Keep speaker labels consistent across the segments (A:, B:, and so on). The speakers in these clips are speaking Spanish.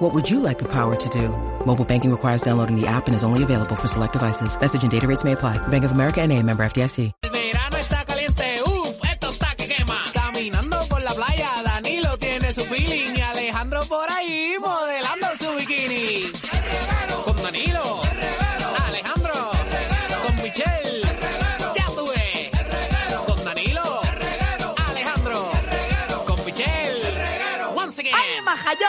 A: What would you like the power to do? Mobile banking requires downloading the app and is only available for select devices. Message and data rates may apply. Bank of America and a member FDIC.
B: El verano está caliente, uff, esto está que quema. Caminando por la playa, Danilo tiene su feeling y Alejandro por ahí modelando su bikini. Con Danilo, Alejandro, con Michelle, ya tuve. Con Danilo, Alejandro, con Michelle, once
C: ¡Ay,
D: Em,
B: again.
C: majayó!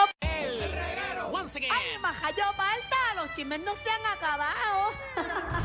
B: Once again.
C: ¡Ay, majayó, Malta! Los chismes no se han acabado.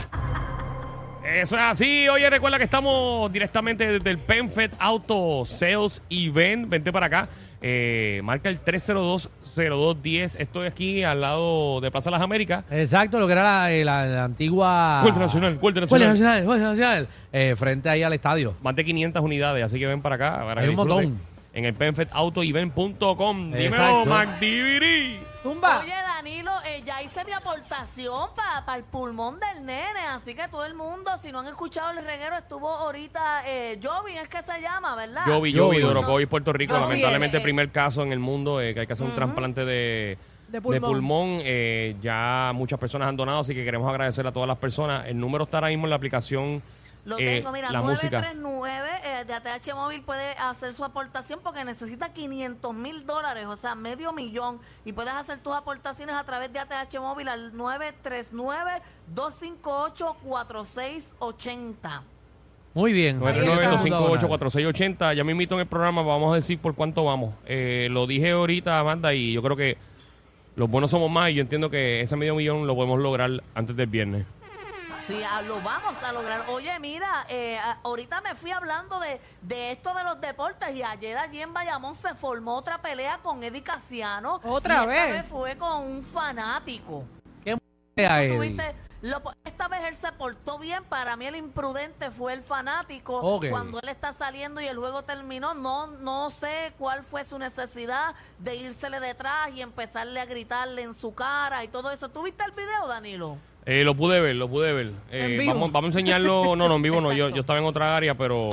E: Eso es así. Oye, recuerda que estamos directamente desde el PenFed Auto Sales Event. Vente para acá. Eh, marca el 302-0210. Estoy aquí al lado de Plaza Las Américas.
F: Exacto, lo que era la, eh, la- la antigua.
E: Guardia Nacional, Guardia Nacional.
F: Guardia Ah. Nacional, Guardia Nacional. Eh, frente ahí al estadio.
E: Más de 500 unidades, así que ven para acá. Para
F: Hay
E: que
F: un
E: disfrutes
F: montón.
E: En el penfedautoevent.com. Dímelo,
F: Exacto.
E: MacDivity.
F: Zumba.
C: Oye, Danilo, eh, ya hice mi aportación para el pulmón del nene. Así que todo el mundo, si no han escuchado el reguero, estuvo ahorita eh, Jovin, es que se llama, ¿verdad?
E: Yo vi, yo vi,
F: Yo vi.
E: Dorocoy, Puerto Rico.
C: Así
E: Lamentablemente,
C: es.
E: el primer caso en el mundo eh, que hay que hacer un trasplante de, de pulmón. Eh, ya muchas personas han donado, así que queremos agradecer a todas las personas. El número está ahora mismo en la aplicación.
C: Lo
E: eh,
C: tengo, mira,
E: la música.
C: 939 eh, de ATH Móvil puede hacer su aportación porque necesita 500 mil dólares, o sea, medio millón. Y puedes hacer tus aportaciones a través de ATH Móvil al 939-258-4680.
F: Muy bien. Ahí está.
E: 939-258-4680. Ya me invito en el programa, vamos a decir por cuánto vamos. Eh, lo dije ahorita, Amanda, y yo creo que los buenos somos más. Y yo entiendo que ese medio millón lo podemos lograr antes del viernes.
C: Sí, ah, lo vamos a lograr. Oye, mira, eh, ah, ahorita me fui hablando de, de esto de los deportes y ayer allí en Bayamón se formó otra pelea con Eddie Casiano.
D: ¿Otra
C: Y esta
D: vez?
C: fue con un fanático.
F: Mira,
C: Tú
F: Eddie.
C: viste, lo- esta vez él se portó bien. Para mí el imprudente fue el fanático.
F: Ok.
C: Cuando él está saliendo y el juego terminó, no, no sé cuál fue su necesidad de írsele detrás y empezarle a gritarle en su cara y todo eso. ¿Tú viste el video, Danilo?
E: Eh, lo pude ver, lo pude ver. Eh,
D: ¿En vivo?
E: Vamos, vamos a enseñarlo. No, no, en vivo no. Yo,
C: Exacto.
E: yo estaba en otra área, pero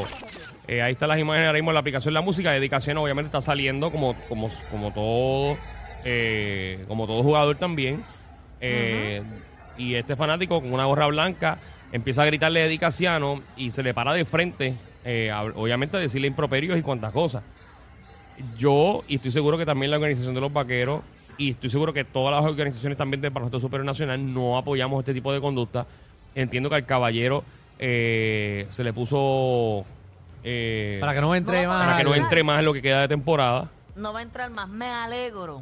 E: eh, ahí están las imágenes ahora mismo en la aplicación La Música. Dedicación obviamente está saliendo como, como, como todo eh, como todo jugador también. Eh, Y este fanático con una gorra blanca empieza a gritarle a Eddie Casiano y se le para de frente, eh, a- obviamente a decirle improperios y cuantas cosas yo, y estoy seguro que también la organización de los vaqueros, y estoy seguro que todas las organizaciones también del Parlamento Superior Nacional no apoyamos este tipo de conducta. Entiendo que al caballero eh, se le puso eh,
F: Para que no entre
C: No,
F: más.
E: para que no entre más en lo que queda de temporada.
C: No va a entrar más. Me alegro.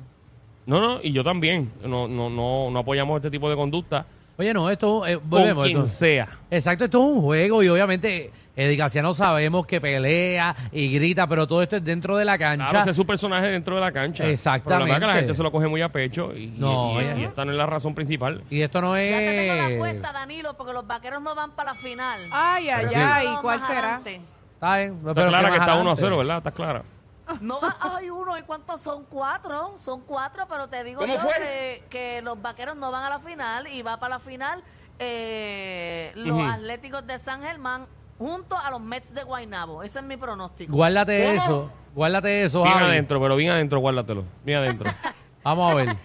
E: No, no, y yo también. No, no, no, no apoyamos este tipo de conducta
F: Oye, no, esto. eh,
E: con
F: volvemos.
E: quien
F: esto.
E: sea.
F: Exacto, esto es un juego y obviamente Eddie Casiano sabemos que pelea y grita, pero todo esto es dentro de la cancha.
E: Claro, ese es su personaje dentro de la cancha. Pero la verdad es que la
F: Exactamente.
E: gente se lo coge muy a pecho y, y-
F: No,
E: y-
F: eh.
E: y esta no es la razón principal.
F: Y esto no
C: Ya te tengo la
F: es.
C: apuesta, Danilo, porque los vaqueros no van para la final.
D: Ay, ay,
C: Pero
D: ay,
C: sí.
D: ¿cuál
C: Más
D: será?
C: adelante.
F: Está bien, pero
E: Está clara
F: más
E: que está 1 a
F: adelante.
E: 0, ¿verdad? Está clara.
C: No va, hay uno, ¿y cuántos son? Cuatro, son cuatro, pero te digo yo que, que los vaqueros no van a la final y va para la final eh, los
E: Ujú.
C: Atléticos de San Germán junto a los Mets de Guaynabo. Ese es mi pronóstico.
F: Guárdate eso. Guárdate eso,
E: Bien
F: Javi.
E: adentro, pero bien adentro, guárdatelo. Bien adentro.
F: Vamos a ver.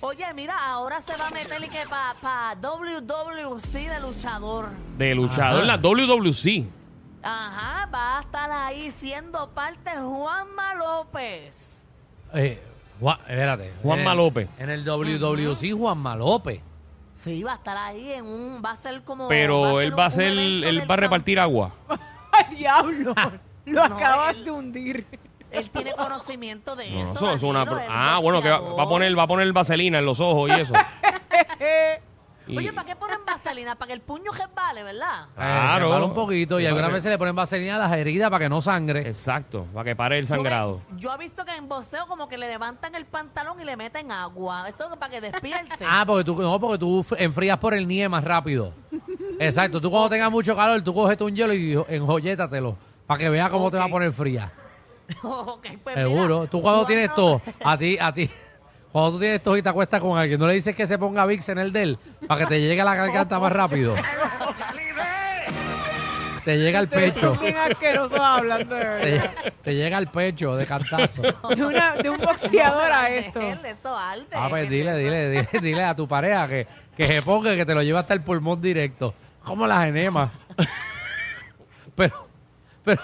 C: Oye, mira, ahora se va a meter y que para pa WWC de luchador.
E: De luchador en la
F: Ajá.
E: WWC.
C: Ajá, va a estar ahí siendo parte Juanma López.
F: Eh, Juan, espérate.
E: Juanma
F: En el-
E: López.
F: En el WWC, Juanma López. Eh,
C: Sí, va a estar ahí en un, va a ser como.
E: Pero él va a
C: un- un
E: hacer,
C: evento
E: él va
C: del
E: a
C: campo.
E: repartir agua.
D: ¡Ay, diablo! Lo
C: No,
D: acabas
C: él-
D: de hundir.
C: Él tiene conocimiento de
E: No,
C: eso.
E: eso es una
C: Danilo,
E: pro-
C: él
E: Ah, bueno, que va,
C: boxeador.
E: va a poner, va a poner vaselina en los ojos y eso. Y-
C: Oye, ¿para qué ponen vaselina? Para que el puño resbale, ¿verdad?
E: Claro.
F: resbala un poquito y
E: Claro.
F: algunas veces le ponen vaselina a las heridas para que no sangre.
E: Exacto, para que pare el
C: Yo me-
E: sangrado.
C: Yo, he visto que en boxeo como que le levantan el pantalón y le meten agua. Eso es para que despierte.
F: Ah, porque tú, no, porque tú f- enfrías por el nie más rápido. Exacto, tú cuando tengas mucho calor, tú coges un hielo y enjollétatelo para que veas cómo te va a
C: Ok.
F: poner fría.
C: Ok, pues mira,
F: Seguro. Tú cuando tienes
C: cuando-
F: todo, a ti, a ti, cuando tú tienes todo y te acuestas con alguien, no le dices que se ponga Vicks en el del para que te llegue a la garganta más rápido. Te llega al
D: Ustedes
F: pecho.
D: son bien asquerosos hablando de
F: Te,
D: verdad.
F: te llega al pecho de cantazo.
D: De, una- de un boxeador a esto.
C: Déjenle Eso arte.
F: Ah, pues dile, dile, dile, dile a tu pareja que, que se ponga, que te lo lleve hasta el pulmón directo. Como las enemas. Pero, pero.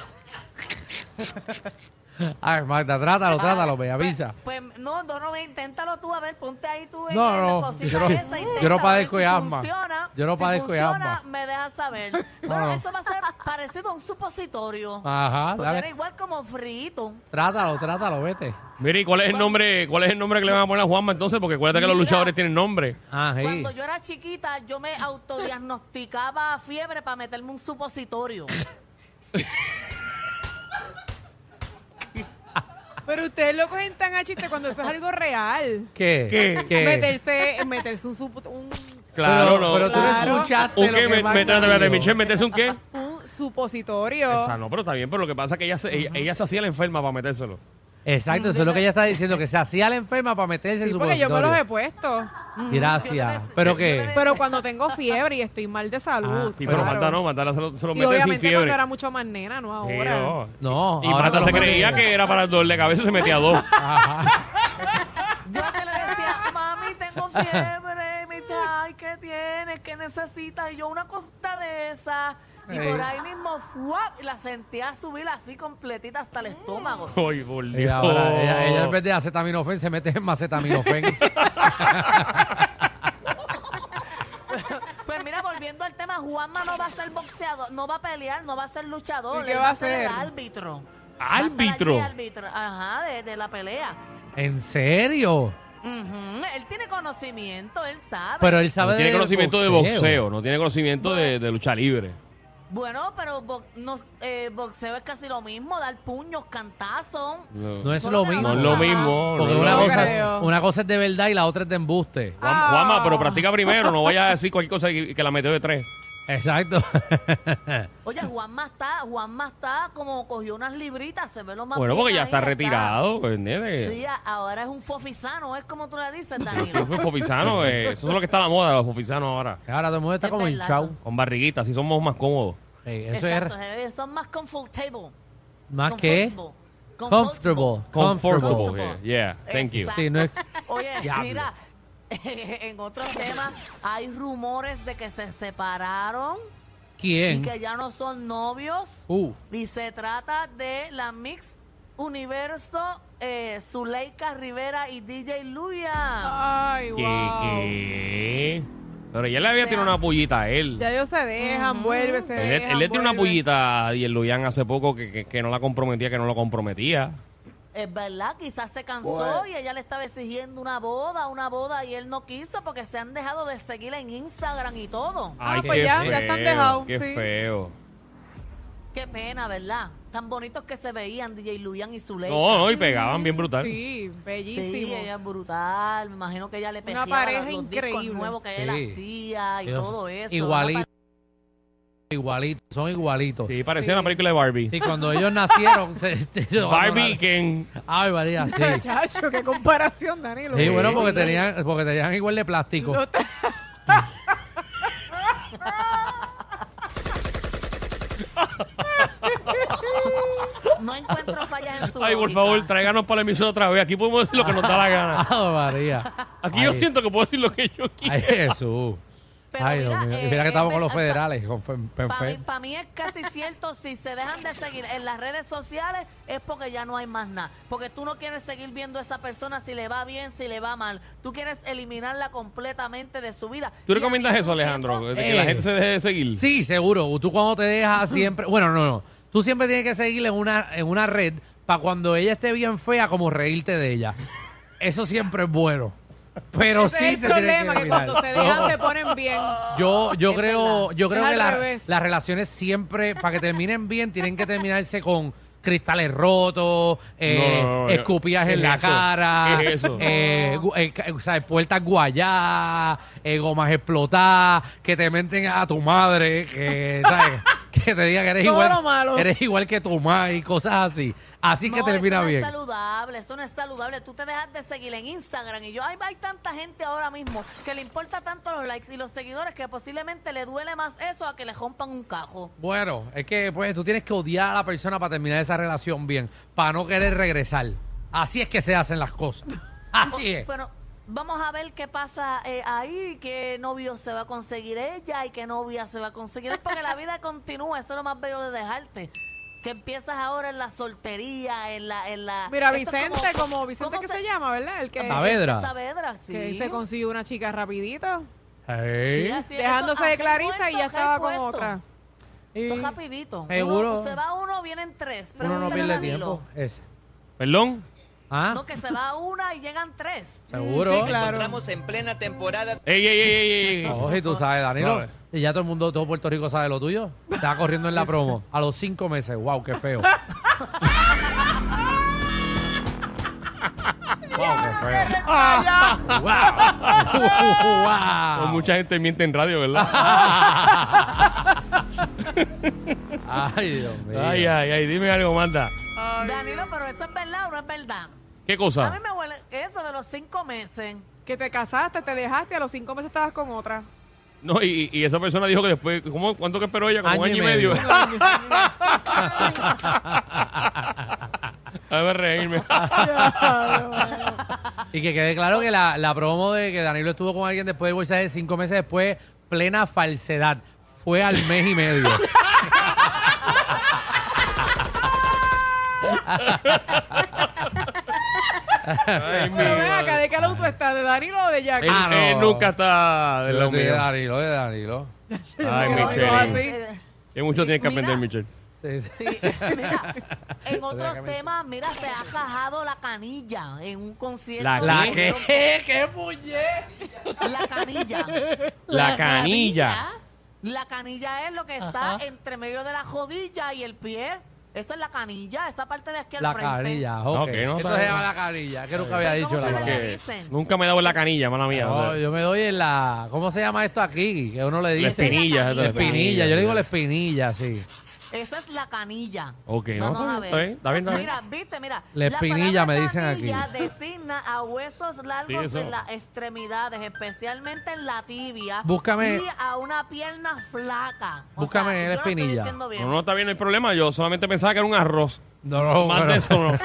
F: Ay, Magda, trátalo, trátalo, me avisa.
C: Pues no, no, no, ve, inténtalo tú, a ver, ponte ahí tú. en
F: No,
C: la
F: no,
C: cosita
F: yo no-
C: esa,
F: yo no
C: inténtalo, a ver
F: padezco
C: si
F: de asma.
C: funciona.
F: Yo no
C: Si
F: padezco de
C: funciona,
F: asma.
C: me dejas saber. Bueno, eso va a ser parecido a un supositorio.
F: Ajá,
D: Pues
C: Porque era
F: Ah, dale.
C: igual como frito.
F: Trátalo, trátalo, vete.
E: Mire, ¿y cuál es el nombre, cuál es el nombre que le van a poner a Juanma entonces? Porque acuérdate que los
C: Mira.
E: luchadores tienen nombre.
F: Ah, sí.
C: Cuando yo era chiquita, yo me autodiagnosticaba fiebre para meterme un supositorio.
D: Pero ustedes lo cogen tan a chiste cuando eso es algo real.
F: ¿Qué?
E: ¿Qué?
D: Meterse, meterse un, sup- un,
E: Claro,
F: pero,
E: no.
F: Pero tú no
D: Claro.
F: escuchaste.
E: ¿Un
F: lo
E: qué?
F: que
E: Me,
F: Magda
E: me, espérate, espérate,
F: dijo.
E: Michelle, ¿metes un qué?
D: un supositorio.
E: Esa no, pero está bien, pero lo que pasa es que ella se, ella, ella se hacía la enferma para metérselo.
F: Exacto, eso es lo que ella está diciendo, que se hacía la enferma para meterse en
D: Sí,
F: su
D: porque yo me los he Mm,
F: supositorio.
D: puesto.
F: Gracias.
C: Yo te-
F: Pero
C: yo
F: que.
C: te-
D: Pero cuando tengo fiebre y estoy mal de salud.
E: Sí, Ah, pero
F: Claro.
E: Magda no, Magda se lo, se lo
D: Y
E: mete sin
D: obviamente
E: fiebre.
D: cuando era mucho más nena, no
E: Sí, oh.
D: ahora.
F: No,
E: Y
F: ahora
E: Magda
F: te lo
E: se
F: meten.
E: creía que era para el dolor de cabeza y se metía dos.
C: Yo que le decía, mami, tengo fiebre. Y me dice, ay, ¿qué tienes? ¿Qué necesitas? Y yo, una cosita de esa. Y
F: Ey.
C: por ahí mismo, ¡fuap! y la sentía subir así completita hasta el estómago.
E: Ay, por Dios.
F: Y ahora ella, ella en vez de acetaminofén se mete en macetaminofen.
C: Pues mira, volviendo al tema, Juanma no va a ser boxeador, no va a pelear, no va a ser luchador.
D: ¿Y qué
C: él
D: va a
C: el
D: ser?
C: árbitro.
E: Árbitro.
C: Va a estar allí árbitro. Ajá, de, de la pelea.
F: ¿En serio?
C: Ujú, Él tiene conocimiento, él sabe.
F: Pero él sabe
E: No tiene
F: del
E: conocimiento de boxeo, no tiene conocimiento de, de lucha libre.
C: bueno, pero bo- nos- eh, boxeo es casi lo mismo, dar puños, cantazos.
F: No es
C: Solo
F: lo
C: que
F: mismo.
E: No es lo mismo.
F: Porque
E: no es
F: una
E: lo mismo.
F: cosa,
D: creo.
F: es, una cosa es de verdad y la otra es de embuste.
E: Juan- Juanma, pero practica primero, no vayas a decir cualquier cosa que, que la metió de tres.
F: Exacto.
C: Oye, Juanma está, Juanma está como cogió unas libritas, se ve lo más
E: Bueno,
C: bien
E: porque ya
C: ahí,
E: está retirado, pues, nene.
C: Sí, a- ahora es un fofisano, es como tú le dices,
E: Pero si
C: Danilo.
E: fue fofisano, eh, eso es lo que está a la moda, los fofisanos ahora.
F: Ahora todo el mundo está
C: Es
F: como
C: verdad,
F: hinchado.
C: son-
E: Con barriguita, así somos más cómodos.
F: Sí, eso
C: Exacto,
F: es
C: se ve- son más comfortable.
F: más que comfortable.
C: Comfortable.
F: Comfortable.
E: Comfortable. Yeah, yeah, thank you.
C: Exacto.
F: Sí, no es-
C: Oye,
F: Diablo.
C: mira, en otros temas hay rumores de que se separaron y
F: ¿Quién?
C: que ya no son novios.
F: Uh,
C: Y se trata de la Mix Universo eh, Zuleika Rivera y DJ Luya.
D: Ay,
E: ¿Qué,
D: wow.
E: qué? Pero ya le había tirado una pullita a él.
D: Ya ellos se dejan, vuelve, se
E: Él,
D: dejan.
E: él le tiró una
D: vuelve.
E: pullita a Luyan hace poco que, que- que no la comprometía, que no lo comprometía.
C: Es verdad, quizás se cansó
F: Pues,
C: y ella le estaba exigiendo una boda, una boda y él no quiso porque se han dejado de seguir en Instagram y todo.
D: Ah, pues ya, ya están dejados,
E: Qué
D: sí.
E: feo.
C: Qué pena, ¿verdad? Tan bonitos que se veían DJ Luyan y Zuleika.
E: No, no, y pegaban bien brutal.
D: Sí,
C: Sí,
D: bellísimo.
C: ella es brutal. Me imagino que ella le
D: Una
C: pejeaba
D: pareja
C: los, los discos
D: increíble.
C: nuevos que él
F: Sí.
C: hacía y
F: Dios.
C: todo eso.
F: Igualito.
C: Una
F: igualitos, son igualitos. Sí.
E: Sí, parecía una película de Barbie.
F: cuando ellos nacieron, se, se-
E: Barbie y Ken.
F: Ay, María, sí.
D: Chacho, qué comparación, Danilo.
F: Sí, bueno,
E: Sí.
F: porque tenían, porque tenían igual de plástico.
D: No te-
C: pare- No encuentro fallas en su
E: Ay, por
C: lógica.
E: favor, tráiganos para la emisora otra vez. Aquí podemos decir lo que nos da la gana.
F: Ay, Ah, María.
E: Aquí
F: Ay,
E: yo siento que puedo decir lo que yo quiero.
F: Ay, Jesús.
C: Pero
F: Ay, Dios
C: mira,
F: mío. Y
C: eh,
F: Mira que estamos
C: es
F: con los
C: verdad,
F: federales, con Fen-
C: Para mí,
F: Penfen.
C: pa' mí es casi cierto, si se dejan de seguir en las redes sociales es porque ya no hay más nada. Porque tú no quieres seguir viendo a esa persona si le va bien, si le va mal. Tú quieres eliminarla completamente de su vida.
E: ¿Tú
C: Y
E: recomiendas
C: al
E: eso,
C: mismo
E: Alejandro?
C: tiempo-
E: De que la
F: Eh.
E: gente se deje de seguir.
F: Sí, seguro. Tú cuando te dejas siempre... Bueno, no, no. Tú siempre tienes que seguirle en una, en una red para cuando ella esté bien fea, como reírte de ella. Eso siempre es bueno. Pero
D: Ese
F: sí
D: es
F: se
D: el
F: tiene
D: problema, que,
F: eliminar.
D: cuando se
E: Oh.
D: dejan se ponen bien.
F: Yo, yo
C: Es
F: creo,
C: verdad.
F: yo creo
D: Es
F: que
D: al
F: la-
D: revés.
F: las relaciones siempre, para que terminen bien, tienen que terminarse con cristales rotos, eh,
E: No, no, no, yo-
F: escupías
E: ¿qué
F: en
E: es
F: la
E: eso?
F: cara,
E: ¿Qué es eso?
F: eh, gu- eh, ca- o sea, puertas guayadas, eh, gomas explotadas, que te menten a tu madre, que, ¿sabes? que te diga que eres
D: Todo
F: igual,
D: lo malo.
F: eres igual que tu mamá y cosas así. Así que
C: No,
F: termina
C: eso no
F: bien.
C: es saludable, eso no es saludable. Tú te dejas de seguir en Instagram y yo, ay, hay tanta gente ahora mismo que le importa tanto los likes y los seguidores que posiblemente le duele más eso a que le rompan un cajo.
F: Bueno, es que pues tú tienes que odiar a la persona para terminar esa relación bien, para no querer regresar. Así es que se hacen las cosas. Así es.
C: Oh, Pero vamos a ver qué pasa eh, ahí, qué novio se va a conseguir ella y qué novia se va a conseguir él, porque la vida continúa, eso es lo más bello de dejarte. Que empiezas ahora en la soltería, en la... En la
D: Mira,
C: Esto es
D: Vicente, como Vicente
C: ¿cómo
D: que se... llama, ¿verdad? El que,
F: Saavedra.
C: Saavedra, sí.
D: que se consiguió una chica rapidito,
F: Hey.
C: Sí, así es,
D: dejándose
C: eso-
D: de
C: así
D: Clarisa y
C: puesto,
D: ya
C: así
D: estaba con
C: puesto.
D: otra.
F: Y
C: Eso es
F: uno
C: rapidito.
F: Seguro.
C: Uno- se va uno, vienen tres.
F: no
C: Pregúntale a
F: pierde
C: Danilo.
F: tiempo. Ese.
E: ¿Perdón?
F: ¿Ah?
C: No, que se va una y llegan tres.
F: Seguro.
D: Sí, claro.
G: Entramos en plena temporada
E: Ey, ey, ey, ey, ey, ey.
F: Ojo, y tú sabes,
E: A
F: Danilo.
E: ver.
F: Y ya todo el mundo, todo Puerto Rico sabe lo tuyo. Estaba corriendo en la promo a los cinco meses. ¡Wow, qué feo! ¡Wow, qué feo! ¡Wow!
E: Pues
F: ¡Wow!
E: Mucha gente miente en radio, ¿verdad?
F: ¡Ay, Dios mío!
E: Ay, ay, ay, dime algo, Marta.
C: Danilo, pero eso es verdad o no es verdad.
E: ¿Qué
C: A mí
E: cosa?
C: me huele eso de los cinco meses.
D: Que te casaste, te dejaste, a los cinco meses estabas con otra.
E: No, y, y esa persona dijo que después, ¿cómo, ¿cuánto que esperó ella? Como
F: Año
E: un año
F: y
E: y medio.
F: medio.
E: Déjame reírme.
F: Ah, Y que quede claro que la, la promo de que Danilo estuvo con alguien después de divorciarse cinco meses después, plena falsedad. Fue al mes y medio.
E: Ay, mi
D: Pero ven acá,
E: madre.
D: ¿de qué lado tú estás? ¿De Danilo o de Jackie?
E: Él,
F: Ah, no.
E: él nunca está de
F: Lo
E: lo
F: de
E: mío.
F: Danilo, de Danilo.
E: Ay,
D: Yo no digo
E: Michelle.
D: así.
C: Eh,
E: Que mucho tienes que
C: Mira.
E: aprender, Michelle.
F: Sí, sí.
C: Sí, mira, en otros temas, mira, se ha cajado la canilla en un concierto.
E: La-
F: ¿La
E: Sí.
F: qué? ¡Qué puñet!
C: La canilla.
E: La canilla.
C: La canilla es lo que está entre medio de la jodilla y el pie. Eso es la canilla, esa parte de aquí al
F: La
C: frente.
F: canilla,
E: No,
F: ok.
E: que no
F: Eso
E: sabe.
F: se llama la canilla, que nunca había
C: Pero
F: dicho
C: ¿cómo
F: la
C: se
F: palabra.
C: llama?
E: Que
C: dicen.
E: nunca me he dado en la canilla, mala mía. o
F: No,
E: sea,
F: yo me doy en la... ¿Cómo se llama esto aquí? Que uno le
E: la
F: dice...
E: espinilla.
C: La
F: La espinilla, yo le digo la espinilla, sí.
C: Esa es la canilla.
E: Ok, no,
C: Vamos a
E: está bien,
C: ver.
E: está bien, está bien, está bien.
C: Mira, viste, mira.
F: La espinilla,
C: palabra
F: me dicen aquí.
C: canilla designa a huesos
E: Sí,
C: largos
E: eso.
C: en las extremidades, especialmente en la tibia.
F: Búscame-
C: Y a una pierna flaca. O
F: Búscame
C: sea,
F: la
C: yo lo estoy
F: espinilla.
C: diciendo bien.
E: No, no, está bien, no hay problema. Yo solamente pensaba que era un arroz.
F: No, no,
E: Más
F: bueno.
E: de eso no.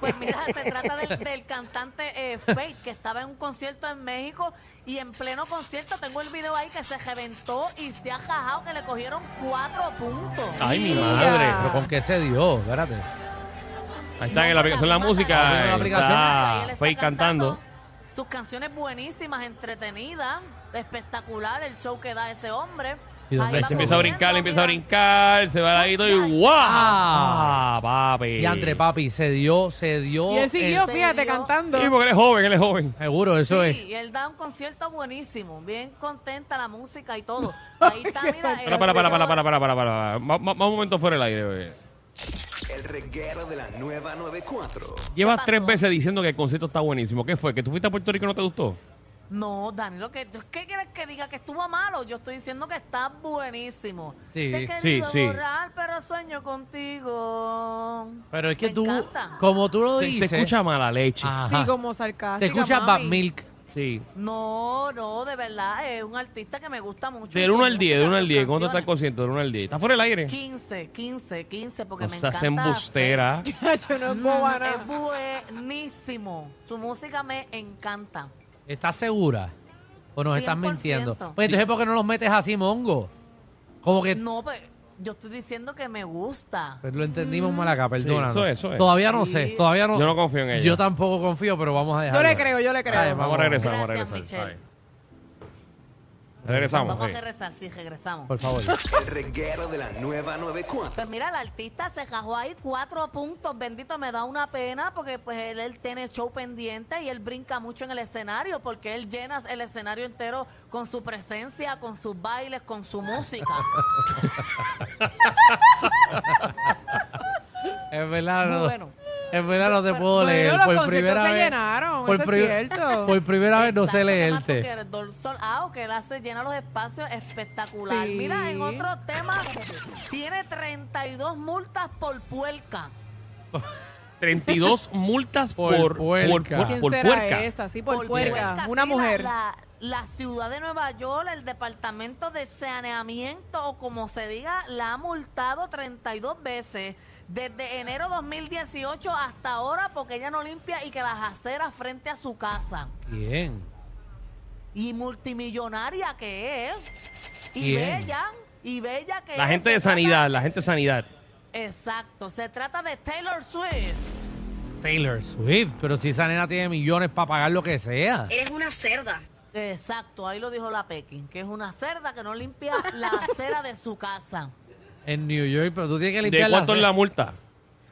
C: Pues mira, se trata del, del cantante eh, Fake, que estaba en un concierto en México y en pleno concierto, tengo el video ahí, que se reventó y se ha jajado, que le cogieron cuatro puntos.
E: Ay, mi
D: Mira.
E: madre.
F: Pero ¿con qué se dio? Espérate.
E: Ahí está en la aplicación de la música.
F: Abriendo la
E: ahí
F: aplicación.
E: está
C: Él está
E: Faye cantando.
C: Sus canciones buenísimas, entretenidas, espectacular el show que da ese hombre.
F: ¿Y dónde
C: Ahí
E: Ahí
C: va
E: se empieza a
C: corriendo,
E: brincar, le empieza a
C: mira.
E: brincar, se va al ladito y ¡guau! Ah,
F: Ah.
E: papi.
F: Y André, papi, se dio, se dio...
D: Y él siguió,
F: el-
D: fíjate,
C: serio?
D: cantando.
E: Sí, porque él es joven, él es joven.
F: Seguro, eso
C: Sí,
F: es.
C: y él da un concierto buenísimo, bien contenta la música y todo. Ahí está, mira. el
E: Para, para, para, para, para, para, para, para. Más un momento fuera del aire, bebé.
H: El reguero de la nueva 94.
E: Llevas
C: pasó?
E: tres veces diciendo que el concierto está buenísimo. ¿Qué fue? ¿Que tú fuiste a Puerto Rico y no te gustó?
C: No, Danilo, ¿qué, ¿qué quieres que diga que estuvo malo? Yo estoy diciendo que está buenísimo.
F: Sí,
C: Te he
E: sí,
C: querido
E: sí.
C: borrar, pero sueño contigo.
F: Pero es que
C: Me
F: tú,
C: encanta.
F: como tú lo
E: Te, te
F: dices...
E: escucha mala leche.
C: Ah.
F: Ajá.
D: Sí, como sarcástica,
F: Te escucha
D: mami.
F: Bad Milk.
E: Sí.
C: No, no, de verdad, es un artista que me gusta mucho.
E: Del 1 al 10, del 1 al 10. ¿Cuánto
C: ¿Cuánto
E: está el concierto? Del 1 al 10. ¿Está fuera del aire?
C: 15, 15, 15, porque
E: O
C: me
E: sea,
C: encanta.
E: se embustera.
D: Yo no es
C: Mm,
D: bobana.
C: es buenísimo. Su música me encanta.
F: ¿Estás segura? ¿O nos estás
C: 100%.
F: mintiendo? Pues entonces, ¿por qué no los metes así, mongo? Como
E: Eh.
F: que
C: No, pues yo estoy diciendo que me gusta.
F: Pues lo entendimos
D: Mm.
F: mal acá, perdónanos.
E: eso es, eso es.
F: Todavía no
C: Sí.
F: sé, todavía no.
E: Yo no confío en ella.
F: Yo tampoco confío, pero vamos a
D: Yo
F: dejarlo.
D: le creo, yo le creo.
F: Ay,
E: Vamos a regresar, vamos a
C: Gracias,
E: regresar. está
C: Michelle.
E: bien. Regresamos.
C: Vamos
E: sí.
C: a regresar, sí, regresamos.
F: Por favor.
H: El reguero de la nueva 94.
C: Pues mira, el artista se cajó ahí cuatro puntos, bendito, me da una pena porque pues él, él tiene show pendiente y él brinca mucho en el escenario porque él llena el escenario entero con su presencia, con sus bailes, con su música.
F: verdad no.
C: Bueno.
F: En verdad no te puedo
D: Bueno,
F: leer.
D: los
F: por
D: conciertos
F: primera
D: se
F: vez,
D: llenaron, eso es
F: pri-
D: cierto.
F: Por primera vez no este. sé
C: Exacto, además, porque
F: leerte.
C: el dorsal- ah, ok, él hace, llena los espacios espectacular.
D: Sí.
C: Mira, en otro tema, tiene 32 multas por puerca.
E: 32 multas por, por,
F: Por puerca.
E: por, por,
D: ¿Quién
E: por
D: será
E: puerca.
D: esa? Sí, por,
C: puerca,
D: puerca. Una
C: sí, la-
D: mujer.
C: La, la ciudad de Nueva York, el departamento de saneamiento, o como se diga, la ha multado 32 veces. Desde enero 2018 hasta ahora, porque ella no limpia y que las aceras frente a su casa.
F: Bien.
C: Y multimillonaria que es. Y
F: Bien.
C: bella, y bella que
E: La
C: es.
E: gente
C: Se
E: de
C: trata-
E: sanidad, la gente de sanidad.
C: Exacto, se trata de Taylor Swift.
F: Taylor Swift, pero si esa nena tiene millones para pagar lo que sea.
G: Eres una cerda.
C: Exacto, ahí lo dijo la Pekin, que es una cerda que no limpia la acera de su casa.
F: En New York, pero tú tienes que
E: ¿De
F: limpiar
E: cuánto es la
F: acera.
E: multa?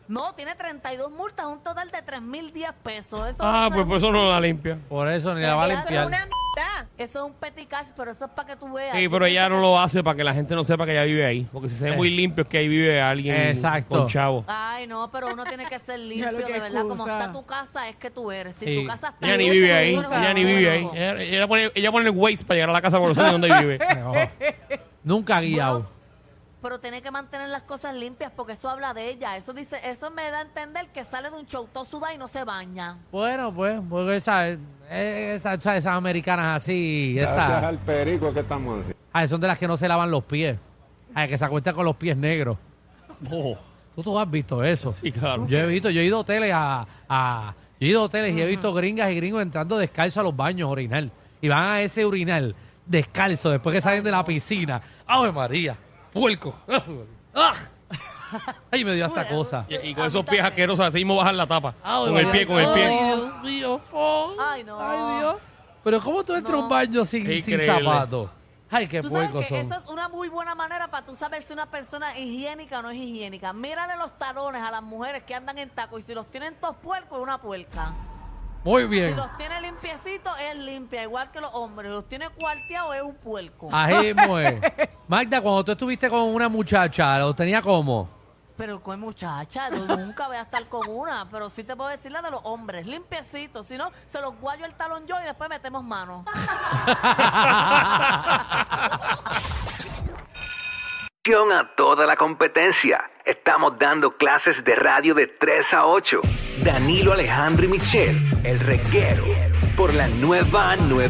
C: No, tiene 32 multas, un total de 3.010 pesos. Eso,
E: Ah,
C: eso
E: pues
C: es-
E: por eso no la limpia.
F: Por eso ni la va a
G: Eso es
F: limpiar.
G: una mierda.
C: Eso es un petty cash, pero eso es para que tú veas.
E: Sí,
C: Yo
E: pero ella
C: pienso
E: no lo hace para que la gente no sepa que ella vive ahí. Porque si se ve muy limpio es que ahí vive alguien
F: Exacto.
E: con chavo.
C: que- Ay, no, pero uno tiene que ser
D: Ya lo
C: limpio,
D: que
C: de verdad. Como
D: excusa.
C: está tu casa, es que tú eres. Si
F: Sí.
C: tu casa está
E: Ella ni
C: sucia,
E: vive
C: no
E: ahí,
C: eres
E: ella ni
C: bueno.
E: vive ahí. eh. Ella, ella pone, ella pone el Waze para llegar a la casa por sabe dónde vive.
F: No. Nunca ha guiado.
C: Bueno, pero tiene que mantener las cosas limpias porque eso habla de ella. Eso dice, eso me da a entender que sale de un show todo suda y no se baña.
F: Bueno, pues, porque esa- eh, esa- esa- esas americanas así,
I: Gracias
F: estas,
I: al perico que estamos haciendo.
F: ay, son de las que no se lavan los pies, ay, que se acuestan con los pies negros.
E: Oh,
F: Tú, tú has visto eso.
E: sí, claro.
F: Yo he visto, yo he ido a hoteles a, a- yo he ido a hoteles y he visto gringas y gringos entrando descalzo a los baños a orinar. Y van a ese urinal descalzo después que salen de la piscina. ¡Ave María! ¡Puerco! ¡Ah! ¡Ay, me dio esta cosa!
E: Y, y con esos pies asquerosos así mismo bajan la tapa.
F: Ave
E: con el
F: María.
E: pie, con el
F: Ah, ¡Ay,
E: pie.
F: Dios mío! fo.
C: Ay, no.
F: ¡Ay, Dios! Pero ¿cómo tú entras a un baño sin,
E: Es
F: sin
E: increíble.
F: zapatos? ¡Ay, qué
C: Tú sabes
F: puercos
C: que
F: son!
C: eso es una muy buena manera para tú saber si una persona es higiénica o no es higiénica. Mírale los talones a las mujeres que andan en taco y si los tienen todos puercos es una puerca.
F: Muy
C: Si
F: bien.
C: los tiene limpiecitos es limpia, igual que los hombres. Los tiene cuarteados es un puerco.
F: Ají, mujer. eh. Magda, cuando tú estuviste con una muchacha, ¿lo tenía como?
C: Pero con muchacha, yo nunca voy a estar con una, pero sí te puedo decir la de los hombres, limpiecitos, si no, se los guayo el talón yo y después metemos mano.
H: Atención a toda la competencia. Estamos dando clases de radio de 3 a 8. Danilo Alejandro y Michel, el reguero, por la nueva 9.